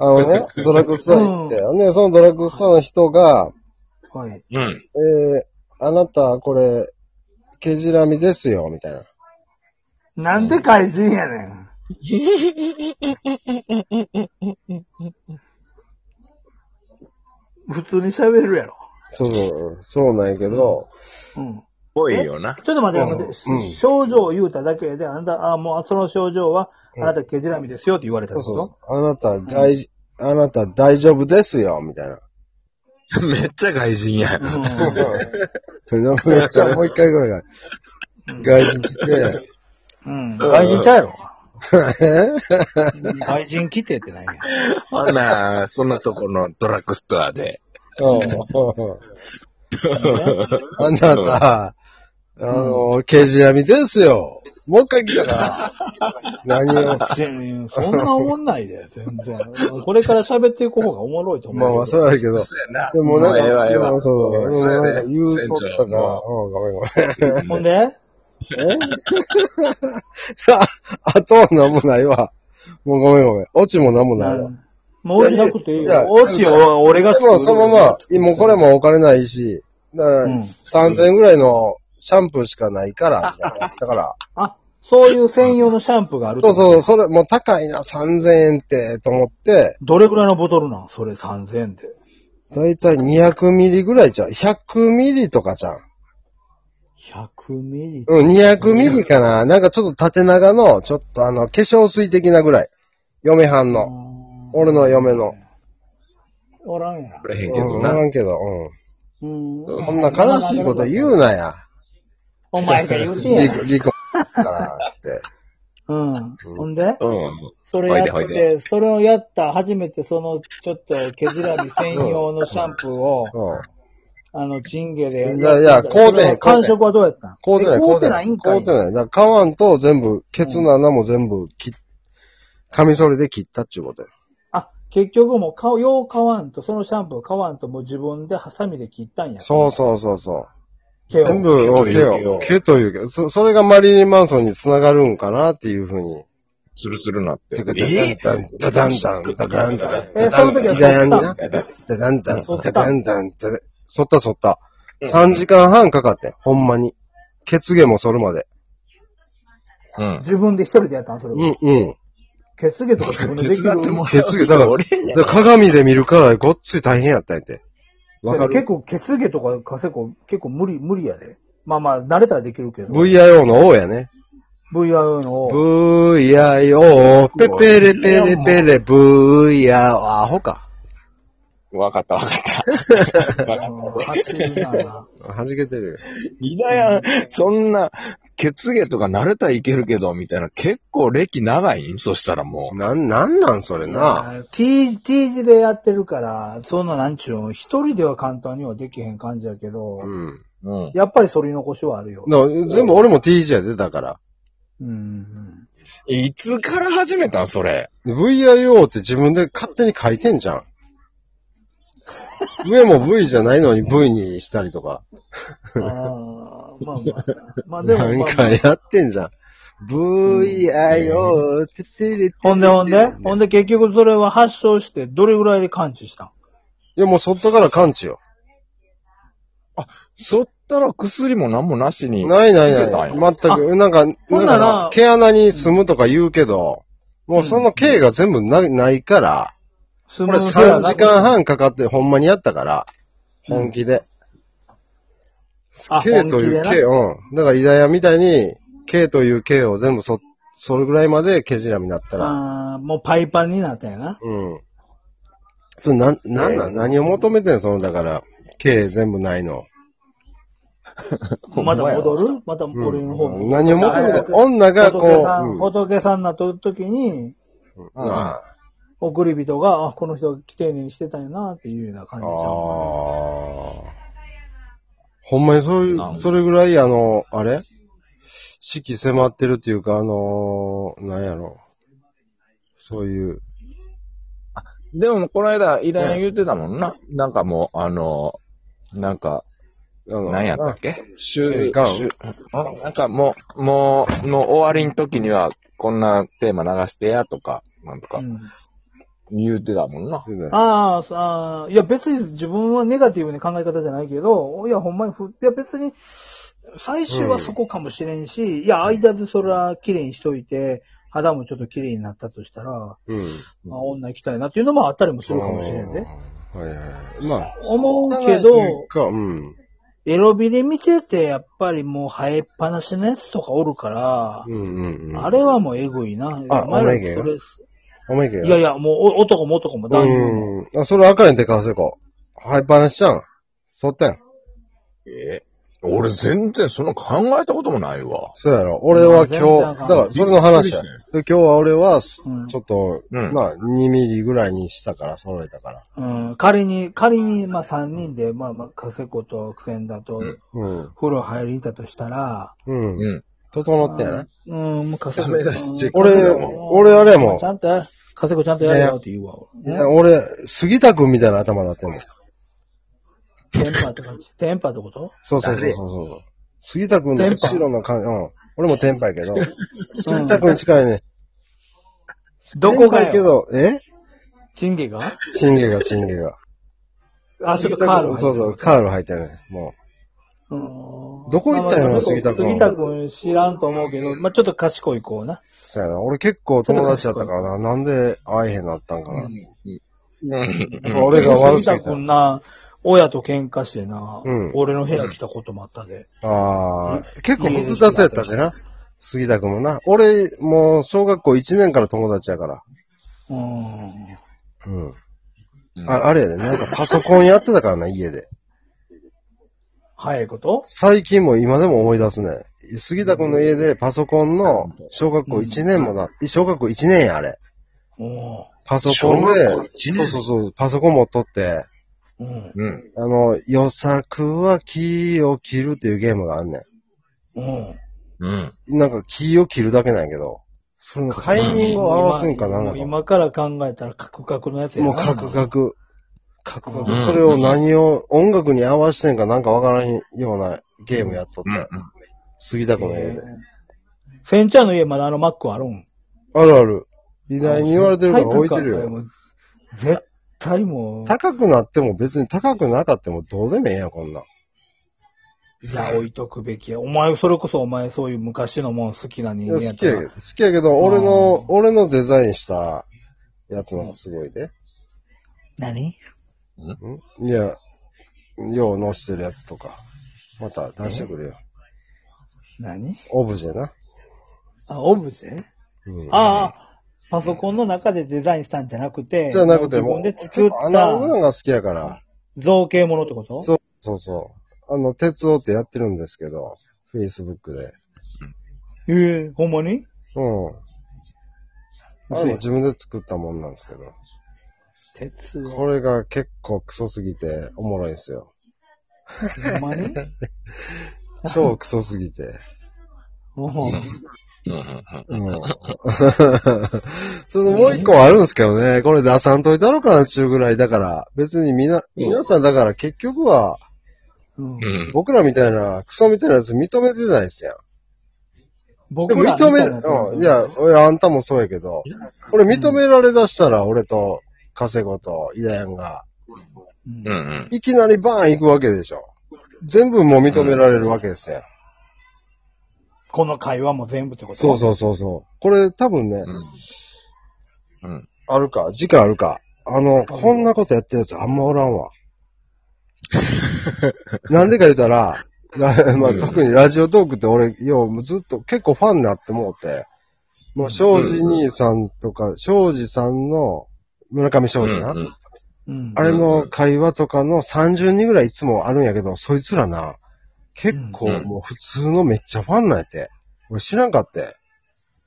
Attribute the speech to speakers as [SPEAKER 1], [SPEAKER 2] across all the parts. [SPEAKER 1] あのね、ドラッグストア行って、ね、そのドラッグストアの人が、
[SPEAKER 2] はい。
[SPEAKER 3] うん。
[SPEAKER 1] えー、あなた、これ、ケジラミですよ、みたいな。
[SPEAKER 2] なんで怪人やね ん。普通に喋れるやろ。
[SPEAKER 1] そうそう、そうなんやけど、
[SPEAKER 2] うん。
[SPEAKER 3] ぽいよな。
[SPEAKER 2] ちょっと待って、待って、
[SPEAKER 1] うん
[SPEAKER 2] 症状を言うただけで、あなた、あもうその症状は、あなたケジラミですよって言われたん
[SPEAKER 1] そう
[SPEAKER 2] ですよ。
[SPEAKER 1] そう、あなた、大事、あなた大丈夫ですよ、みたいな。
[SPEAKER 3] めっちゃ外人や。
[SPEAKER 2] うん
[SPEAKER 1] なんかめっちゃもう一回ぐらいが
[SPEAKER 2] うん
[SPEAKER 1] 外人来て、
[SPEAKER 2] うん。外人ちゃうや ろ。外人来てってないや
[SPEAKER 3] ほな、そんなとこのドラッグストアで。
[SPEAKER 1] うん
[SPEAKER 2] ん。
[SPEAKER 1] あなた、あの、ケジラミですよ。もう一回来たから、何を、
[SPEAKER 2] 全然そんな思んないで、全然。これから喋っていく方がおもろいと思
[SPEAKER 1] まあ
[SPEAKER 2] う。
[SPEAKER 1] まあそうだけど、
[SPEAKER 3] そうやな。
[SPEAKER 1] でもなんか、
[SPEAKER 3] ええわ、ええわ。
[SPEAKER 1] そうそう、でも
[SPEAKER 3] そ
[SPEAKER 1] なん
[SPEAKER 3] や
[SPEAKER 1] か
[SPEAKER 3] で
[SPEAKER 1] 言うとった
[SPEAKER 3] 船長
[SPEAKER 1] から、うん
[SPEAKER 3] も
[SPEAKER 1] ごめんごめん。
[SPEAKER 3] う
[SPEAKER 2] ほんで、
[SPEAKER 1] あとはなんもないわ。もうごめんごめん。オチもなんもないわ。
[SPEAKER 2] もう落ちなくていい
[SPEAKER 1] いやい
[SPEAKER 2] よ。
[SPEAKER 1] や
[SPEAKER 2] 落ちを俺が
[SPEAKER 1] でもそのまま、もうこれもお金ないし、だから
[SPEAKER 2] うん
[SPEAKER 1] 3000円ぐらいのシャンプーしかないから、みたいな。だから、
[SPEAKER 2] あ、そういう専用のシャンプーがある
[SPEAKER 1] そう
[SPEAKER 2] う。
[SPEAKER 1] そう、それ、もう高いな、3000円って、と思って、
[SPEAKER 2] どれくらいのボトルなんそれ3000円で。
[SPEAKER 1] だいたい200ミリぐらいじゃん。100ミリとかじゃん。
[SPEAKER 2] 100ミリ。
[SPEAKER 1] うん、200ミリかな。なんかちょっと縦長の、ちょっとあの、化粧水的なぐらい。嫁はんの。俺の嫁の。
[SPEAKER 2] おらんや。
[SPEAKER 3] れへん
[SPEAKER 1] う
[SPEAKER 3] け
[SPEAKER 1] ん、
[SPEAKER 3] ど
[SPEAKER 1] お
[SPEAKER 3] な。
[SPEAKER 1] らんけど、う
[SPEAKER 2] うん。
[SPEAKER 1] ん。こんな悲しいこと言うなや。
[SPEAKER 2] お前が言うて
[SPEAKER 1] 離
[SPEAKER 2] や。
[SPEAKER 1] 婚、離婚からって。
[SPEAKER 2] うん。ほんで
[SPEAKER 3] うん。
[SPEAKER 2] それや
[SPEAKER 3] ほ
[SPEAKER 2] っ
[SPEAKER 3] いでほ
[SPEAKER 2] て、それをやった、初めてその、ちょっと、ケジラミ専用のシャンプーを、
[SPEAKER 1] うん。
[SPEAKER 2] あの、チンゲでやったん
[SPEAKER 1] い
[SPEAKER 2] だ
[SPEAKER 1] や
[SPEAKER 2] けど。
[SPEAKER 1] いや買うてへん
[SPEAKER 2] 感触はどうやったん
[SPEAKER 1] 買うてない、
[SPEAKER 2] え買うてないんか
[SPEAKER 1] 買
[SPEAKER 2] いう
[SPEAKER 1] てない。だから、買わんと全部、ケツの穴も全部切っ、カミソリで切ったっちゅうことよ。
[SPEAKER 2] あ、結局もう買う、よう買わんと、そのシャンプー買わんと、もう自分でハサミで切ったんや。
[SPEAKER 1] そうそうそうそう。
[SPEAKER 2] 毛を
[SPEAKER 1] 全部を
[SPEAKER 3] 毛
[SPEAKER 1] 毛
[SPEAKER 3] を
[SPEAKER 1] を、毛というか、そ、それがマリリン・マンソンに繋がるんかなっていうふうに。
[SPEAKER 3] ツルツルなって。
[SPEAKER 1] ダダンダン、ダダンダン、ダダンダン。
[SPEAKER 2] えその時は
[SPEAKER 1] ダダンダ
[SPEAKER 2] 剃
[SPEAKER 1] ン、ダダンダン、
[SPEAKER 2] 剃っ
[SPEAKER 1] ダ
[SPEAKER 2] た
[SPEAKER 1] ダンダン、ダダン剃った剃った。3時間半かかってん、ほんまに。血毛も剃るまで。
[SPEAKER 3] うん。
[SPEAKER 2] 自分で一人でやったんそれ。
[SPEAKER 1] うん、うん。
[SPEAKER 2] 血毛とか自分ででき る。
[SPEAKER 1] 血毛、だから、
[SPEAKER 3] 俺や
[SPEAKER 1] だから鏡で見るから、ごっつい大変やったんやて。わか
[SPEAKER 2] 結
[SPEAKER 1] る
[SPEAKER 2] 構、血毛とかカセコ、結構無理、無理やで。まあまあ、慣れたらできるけど。
[SPEAKER 1] ?VIO の O やね。
[SPEAKER 2] VIO のを。
[SPEAKER 1] VIO、ペペレペレペレ、VIO、アホか。
[SPEAKER 3] わかったわかった。
[SPEAKER 2] うん走るな。
[SPEAKER 1] 弾けてるよ。
[SPEAKER 3] いだや、そんな、血芸とか慣れたらいけるけど、みたいな。結構歴長いんそしたらも
[SPEAKER 1] なん、なんなんそれな。
[SPEAKER 2] T, T 字でやってるから、そんななんちゅうの、一人では簡単にはできへん感じやけど、
[SPEAKER 1] うん。
[SPEAKER 3] う。うん。
[SPEAKER 2] やっぱり反り残しはあるよ。
[SPEAKER 1] だから全部俺も TJ やで、だから。
[SPEAKER 2] うん。
[SPEAKER 3] いつから始めたんそれ。
[SPEAKER 1] VIO って自分で勝手に書いてんじゃん。上も V じゃないのに V にしたりとか。
[SPEAKER 2] あーまあまあ。まあでも、
[SPEAKER 1] なん
[SPEAKER 2] ま
[SPEAKER 1] か
[SPEAKER 2] あまあ
[SPEAKER 1] やってんじゃん。VIO っててれてれ
[SPEAKER 2] ほんでほんで、ほんで結局それは発症して、どれぐらいで完治したん
[SPEAKER 1] いやもうそっとから完治よ。
[SPEAKER 3] そったら薬も何もなしに。
[SPEAKER 1] ないない
[SPEAKER 3] 出た
[SPEAKER 1] なんい。
[SPEAKER 3] や
[SPEAKER 1] 全く、なんか、
[SPEAKER 2] ほんなら
[SPEAKER 1] んか毛穴に住むとか言うけど、もうその毛が全部ないないから、
[SPEAKER 2] こ
[SPEAKER 1] これ3時間半かかってほんまにやったから、本気で。
[SPEAKER 2] あ
[SPEAKER 1] K という
[SPEAKER 2] 本気で
[SPEAKER 1] K、うん。だから、イダヤみたいに、K という K を全部そ、それぐらいまでケジラミになったら、
[SPEAKER 2] ああ、もうパイパンになったんやな。
[SPEAKER 1] うん。それ、なん、なんなん、何を求めてんのその、だから、K 全部ないの。
[SPEAKER 3] ほんま
[SPEAKER 2] ま
[SPEAKER 3] や
[SPEAKER 2] た戻るまた俺の方に。
[SPEAKER 1] うん何を求めて
[SPEAKER 2] だ
[SPEAKER 1] ん
[SPEAKER 2] から
[SPEAKER 1] 女がこう、
[SPEAKER 2] 仏さん、
[SPEAKER 1] うん
[SPEAKER 2] 仏さんになっとる時に、
[SPEAKER 3] うん
[SPEAKER 1] なあ
[SPEAKER 2] 送り人が、あ、この人が丁寧にしてたんやな、っていうような感じ
[SPEAKER 1] あ
[SPEAKER 2] ちゃう
[SPEAKER 1] ーほんまにそうい
[SPEAKER 3] なん
[SPEAKER 1] う、それぐらい、あの、あれ四季迫ってるっていうか、あのー、なんやろ。そういう、
[SPEAKER 3] でも、この間、イラン言ってたもんな。なんかもう、あの、なんか、
[SPEAKER 1] あの、
[SPEAKER 3] 何やったっけ
[SPEAKER 1] 週間
[SPEAKER 3] 週なんかもう、もう、の終わりの時には、こんなテーマ流してや、とか、なんと
[SPEAKER 2] か
[SPEAKER 3] か
[SPEAKER 2] な。う、ん
[SPEAKER 3] 言うてたもんな。
[SPEAKER 1] 言うね
[SPEAKER 2] ああ、さあ、いや別に自分はネガティブに考え方じゃないけど、いやほんまにふ、いや別に、最終はそこかもしれんし、いや間でそれは綺麗にしといて、肌もちょっと綺麗になったとしたら、
[SPEAKER 1] うん。
[SPEAKER 2] まあ女行きたいなっていうのもあったりもするかもしれんで。
[SPEAKER 1] あーはいはい。まあ、
[SPEAKER 2] 思うけ
[SPEAKER 1] 汚い
[SPEAKER 2] ど
[SPEAKER 1] と、いうか、うん。
[SPEAKER 2] エロビで見てて、やっぱりもう生えっぱなしのやつとかおるから、
[SPEAKER 1] うんうんうん。
[SPEAKER 2] あれはもうエグいな。
[SPEAKER 1] あ
[SPEAKER 2] お前ら
[SPEAKER 1] お前が
[SPEAKER 2] それ
[SPEAKER 1] お前け
[SPEAKER 2] いやいや、もうお男も男も男女も。
[SPEAKER 1] うん。あ、それ赤いんでかせこ。ハイパーなしちゃうん。そったやん。
[SPEAKER 3] え俺全然そんな考えたこともないわ。
[SPEAKER 1] そうやろ。俺は今
[SPEAKER 2] まあ全然あ
[SPEAKER 1] 日、
[SPEAKER 2] か
[SPEAKER 1] だ
[SPEAKER 2] ん
[SPEAKER 1] から、それの話や。
[SPEAKER 3] びっくりし
[SPEAKER 1] で今日は俺は、ち
[SPEAKER 2] う
[SPEAKER 1] ょ
[SPEAKER 2] ん
[SPEAKER 1] っと、
[SPEAKER 3] うん
[SPEAKER 1] まあ、2ミリぐらいにしたから、揃えたから。
[SPEAKER 2] うん、仮に、仮に、まあ3人で、まあまあ、カセコとクセンダと、
[SPEAKER 3] うん
[SPEAKER 1] うん。
[SPEAKER 2] 風呂入りに行ったとしたら、
[SPEAKER 1] うん。
[SPEAKER 3] うん。
[SPEAKER 1] 整ってない
[SPEAKER 2] うん、もうカセコ。
[SPEAKER 3] ダメ出しチェック
[SPEAKER 1] 俺、俺あれやもん
[SPEAKER 2] ち。ゃんとや、カセコちゃんとやれよって言うわ。
[SPEAKER 1] いや俺、杉田くんみたいな頭だってもん。
[SPEAKER 2] テンパって感じ。テンパってこと
[SPEAKER 1] そうそうそうそうそう。杉田くんの後ろの感じ、うん。俺もテンパや けど、杉田くん近いね。
[SPEAKER 2] ど
[SPEAKER 1] テ
[SPEAKER 2] こが
[SPEAKER 1] ンパやけ
[SPEAKER 2] よ
[SPEAKER 1] ど、え
[SPEAKER 2] チンゲが
[SPEAKER 1] チンゲがチンゲが。
[SPEAKER 2] あ、ちょっとカール入ってる。
[SPEAKER 1] そうそう、カール入ってね。も
[SPEAKER 2] うん
[SPEAKER 1] どこ行ったんやろ
[SPEAKER 2] まあ
[SPEAKER 1] 杉田君
[SPEAKER 2] 杉田君知らんと思うけど、まあちょっと賢い子な
[SPEAKER 1] う。。そうやな。俺結構友達だったからな。なんで会えへんなったんかな。
[SPEAKER 3] うん。
[SPEAKER 1] 俺が悪
[SPEAKER 2] 杉
[SPEAKER 1] すぎ
[SPEAKER 2] 田
[SPEAKER 1] た。
[SPEAKER 2] 君な、親と喧嘩してな、
[SPEAKER 1] うん
[SPEAKER 2] 俺の部屋来たこともあったで。
[SPEAKER 1] ああ、結構複雑やったでな。杉田君もな。俺、もう小学校1年から友達やから。
[SPEAKER 2] うん。
[SPEAKER 1] うん。ああれやで、なんかパソコンやってたからな、家で。
[SPEAKER 2] 早いこと
[SPEAKER 1] 最近も今でも思い出すね。杉田君の家でパソコンの小学校1年もな、小学校1年や、あれ。
[SPEAKER 2] うん。
[SPEAKER 1] パソコン
[SPEAKER 3] 小
[SPEAKER 1] で
[SPEAKER 3] 学校、一
[SPEAKER 1] そ
[SPEAKER 3] 年
[SPEAKER 1] うそうそう、パソコン持っとって、
[SPEAKER 2] うん。
[SPEAKER 3] うん。
[SPEAKER 1] あの、予策は木を切るっていうゲームがあんね
[SPEAKER 2] うん。
[SPEAKER 3] うん。
[SPEAKER 1] ん。なんか木を切るだけなんやけど、それのタイミングを合わすんかな
[SPEAKER 2] も
[SPEAKER 1] な
[SPEAKER 2] うん
[SPEAKER 1] か
[SPEAKER 2] 今から考えたらカクカクのやつやな。
[SPEAKER 1] もうカクカク。カクカ
[SPEAKER 3] う
[SPEAKER 1] ク。
[SPEAKER 3] ん
[SPEAKER 1] それを何を音楽に合わしてんかなんかわからんようなゲームやっとっ
[SPEAKER 3] うん
[SPEAKER 1] て。杉田君の家
[SPEAKER 2] え
[SPEAKER 1] で
[SPEAKER 2] ー。センちゃんの家まだあのマックあるん
[SPEAKER 1] あるある。偉大に言われてるから置いてるよ。。
[SPEAKER 2] 絶対もう、
[SPEAKER 1] 高くなっても別に高くなかってもどうでもええやん、こんなん。
[SPEAKER 2] いや、置いとくべきや。お前、それこそお前、そういう昔のもん好きない人
[SPEAKER 1] や
[SPEAKER 2] 間や
[SPEAKER 1] 好
[SPEAKER 2] っ
[SPEAKER 1] き
[SPEAKER 2] た
[SPEAKER 1] や
[SPEAKER 2] ら
[SPEAKER 1] けど、好きやけど、俺の、
[SPEAKER 2] う
[SPEAKER 1] 俺のデザインしたやつの方がすごいで。ん
[SPEAKER 2] 何
[SPEAKER 1] いや、よう載してるやつとか。また出してくれよ。
[SPEAKER 2] 何
[SPEAKER 1] オブジェな。
[SPEAKER 2] あ、オブジェ
[SPEAKER 1] うん
[SPEAKER 2] ああ、パソコンの中でデザインしたんじゃなくて、
[SPEAKER 1] じゃなくてもう、
[SPEAKER 2] 自分で作っ
[SPEAKER 1] アナログ
[SPEAKER 2] た
[SPEAKER 1] のが好きやから。
[SPEAKER 2] 造形ものってこと
[SPEAKER 1] そうそうそう。あの、鉄王ってやってるんですけど、Facebook で。
[SPEAKER 2] ええほんまに
[SPEAKER 1] うん。あ
[SPEAKER 2] 嘘
[SPEAKER 1] の
[SPEAKER 2] や
[SPEAKER 1] 自分で作ったもんなんですけど。
[SPEAKER 2] 鉄
[SPEAKER 1] こ
[SPEAKER 2] を。
[SPEAKER 1] れが結構クソすぎておもろいんですよ。
[SPEAKER 2] ほん まに
[SPEAKER 1] 超クソすぎて。
[SPEAKER 3] う
[SPEAKER 2] も
[SPEAKER 3] ん。
[SPEAKER 1] うん。そのもう一個あるんですけどね、これ出さんといたのかなっちゅうぐらい。だから、別にみな、皆さんだから結局は、
[SPEAKER 2] う、うん
[SPEAKER 3] うん。
[SPEAKER 1] 僕らみたいな、クソみたいなやつ認めてないですよ。で
[SPEAKER 2] 僕
[SPEAKER 1] も
[SPEAKER 2] ら
[SPEAKER 1] 認め、
[SPEAKER 2] みたなと
[SPEAKER 1] うん、いや、いやあんたもそうやけど、これ認められだしたら、俺と、カセゴと、イダヤンが、
[SPEAKER 2] うん
[SPEAKER 3] うん。うん。
[SPEAKER 1] いきなりバーン行くわけでしょ。全部もう認められるわけですよ。
[SPEAKER 2] この会話も全部ってこと
[SPEAKER 1] そうそうそうそう。これ多分ね、
[SPEAKER 3] うん。
[SPEAKER 1] あるか、時間あるか。あの、こんなことやってるやつあんまおらん わ。なんでか言うたら、ラまあ、
[SPEAKER 3] うん
[SPEAKER 1] 特にラジオトークって俺、よう、ずっと結構ファンになってもうて、もう、庄司兄さんとか、庄司さんの、村上庄司な、
[SPEAKER 3] うん
[SPEAKER 2] う。うん
[SPEAKER 1] あ。れの会話とかの30人ぐらいいつもあるんやけど、そいつらな、結構
[SPEAKER 3] うん
[SPEAKER 1] もう普通のめっちゃファンなんやて。俺知らんかって。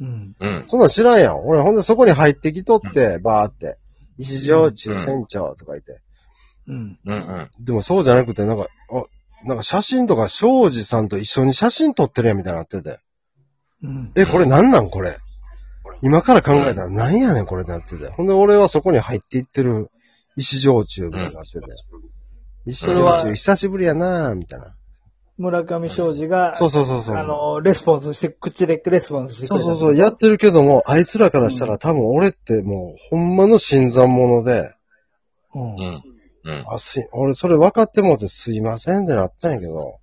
[SPEAKER 2] うん。
[SPEAKER 3] うん。
[SPEAKER 1] そんなん知らんやん。俺、ほんでそこに入ってきとって、バーって。一条中
[SPEAKER 3] うん
[SPEAKER 1] 船長とか言って。
[SPEAKER 2] うん。
[SPEAKER 3] うん。うん。
[SPEAKER 1] でもそうじゃなくて、なんか、あ、なんか写真とか、庄司さんと一緒に写真撮ってるやんみたいになってて。
[SPEAKER 2] うん。
[SPEAKER 1] え、これなんなんこれ。今から考えたらなんやねんこれってなってて。ほんで俺はそこに入っていってる石上中みたいになってて。石上中久しぶりやなぁ、みたいな。
[SPEAKER 2] 村上昌司が、
[SPEAKER 1] そうそうそうそう。
[SPEAKER 2] あの、レスポンスして、口でレスポンスしてく
[SPEAKER 1] そう
[SPEAKER 2] れた。
[SPEAKER 1] そうそう、やってるけども、あいつらからしたら多分俺ってもう、ほんまの新参者で、
[SPEAKER 2] うん
[SPEAKER 3] う。ん。うん。
[SPEAKER 1] あ、すい、俺それ分かってもうてすいませんってなったんやけど、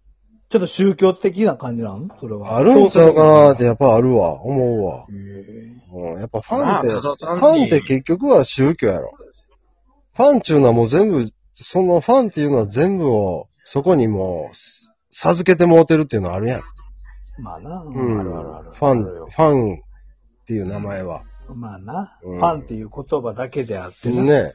[SPEAKER 2] ちょっと宗教的な感じなんそれは。
[SPEAKER 1] あるんちゃうかなーってやっぱあるわ、思うわ。
[SPEAKER 2] へー
[SPEAKER 1] うん、やっぱフ
[SPEAKER 3] ま
[SPEAKER 1] ァン
[SPEAKER 3] あ、
[SPEAKER 1] って、
[SPEAKER 3] ただ単
[SPEAKER 1] ファンっ
[SPEAKER 3] に
[SPEAKER 1] て結局は宗教やろ。ファンっていうのはもう全部、そのファンっていうのは全部を、そこにもう、授けてもうてるっていうのはあるやん。
[SPEAKER 2] まあな。
[SPEAKER 1] うん。
[SPEAKER 2] あるあるある。
[SPEAKER 1] ファン、
[SPEAKER 2] ある
[SPEAKER 1] フ
[SPEAKER 2] よ
[SPEAKER 1] ァンっていう名前は。
[SPEAKER 2] まあな。
[SPEAKER 1] うん
[SPEAKER 2] ファンっていう言葉だけであってな
[SPEAKER 1] ね。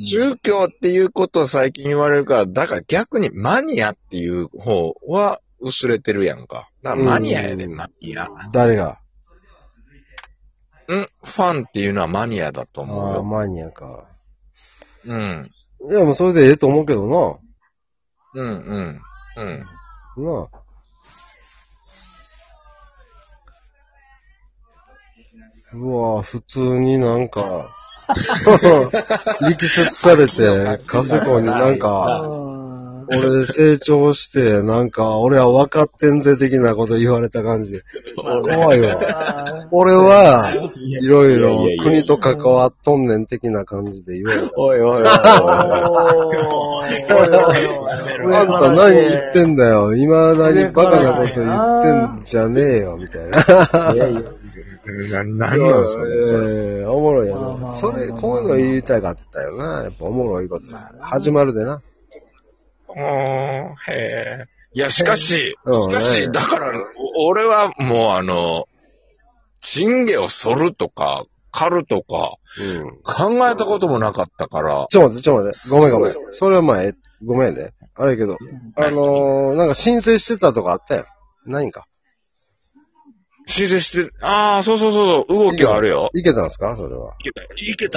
[SPEAKER 3] 宗教っていうことを最近言われるから、だから逆にマニアっていう方は薄れてるやんか。だからマニアやで、
[SPEAKER 1] うん
[SPEAKER 3] マニア。
[SPEAKER 1] 誰が。
[SPEAKER 3] うん、ファンっていうのはマニアだと思う
[SPEAKER 1] ああ、
[SPEAKER 3] よ。
[SPEAKER 1] マニアか。
[SPEAKER 3] うん。
[SPEAKER 1] いや、もうそれでええと思うけどな。
[SPEAKER 3] うん、うん。うん。
[SPEAKER 1] なあ。うわぁ、普通になんか、 力説されて、カセコンになんか、
[SPEAKER 2] あー
[SPEAKER 1] 俺成長して、なんか、俺は分かってんぜ的なこと言われた感じで。怖いわ。
[SPEAKER 2] あー
[SPEAKER 1] 俺は、いろいろ
[SPEAKER 3] いやいやいや
[SPEAKER 1] 国と関わっとんねん的な感じで言われた。
[SPEAKER 3] おいおいおいおい。
[SPEAKER 2] おーおいおいお い
[SPEAKER 1] あんた何言ってんだよ。今何バカなこと言ってんじゃねえよ、みたいな。
[SPEAKER 3] な 何をそれ。それ
[SPEAKER 1] ええおもろいよ
[SPEAKER 2] まあまあまあ
[SPEAKER 1] な。
[SPEAKER 2] まあ
[SPEAKER 1] それ、こういうの言いたかったよな。やっぱおもろいこと
[SPEAKER 2] まあ。な
[SPEAKER 1] 始まるでな。
[SPEAKER 3] おーへえ。いや、しかし、
[SPEAKER 1] うん
[SPEAKER 3] しか
[SPEAKER 1] う
[SPEAKER 3] し、
[SPEAKER 1] ん
[SPEAKER 3] だから、お俺はもうあの、チンゲを剃るとか、狩るとか、
[SPEAKER 1] うん。
[SPEAKER 3] 考えたこともなかったから。
[SPEAKER 1] ちょ待って、ちょ待って。ごめんごめん。それはまあ、えごめんね。あれやけど、あのー、なんか申請してたとかあったよ。何か。
[SPEAKER 3] 申請して、ああ、そうそうそうそう、動きはあるよ。
[SPEAKER 1] いけたんですかそれは。
[SPEAKER 3] いけた、いけた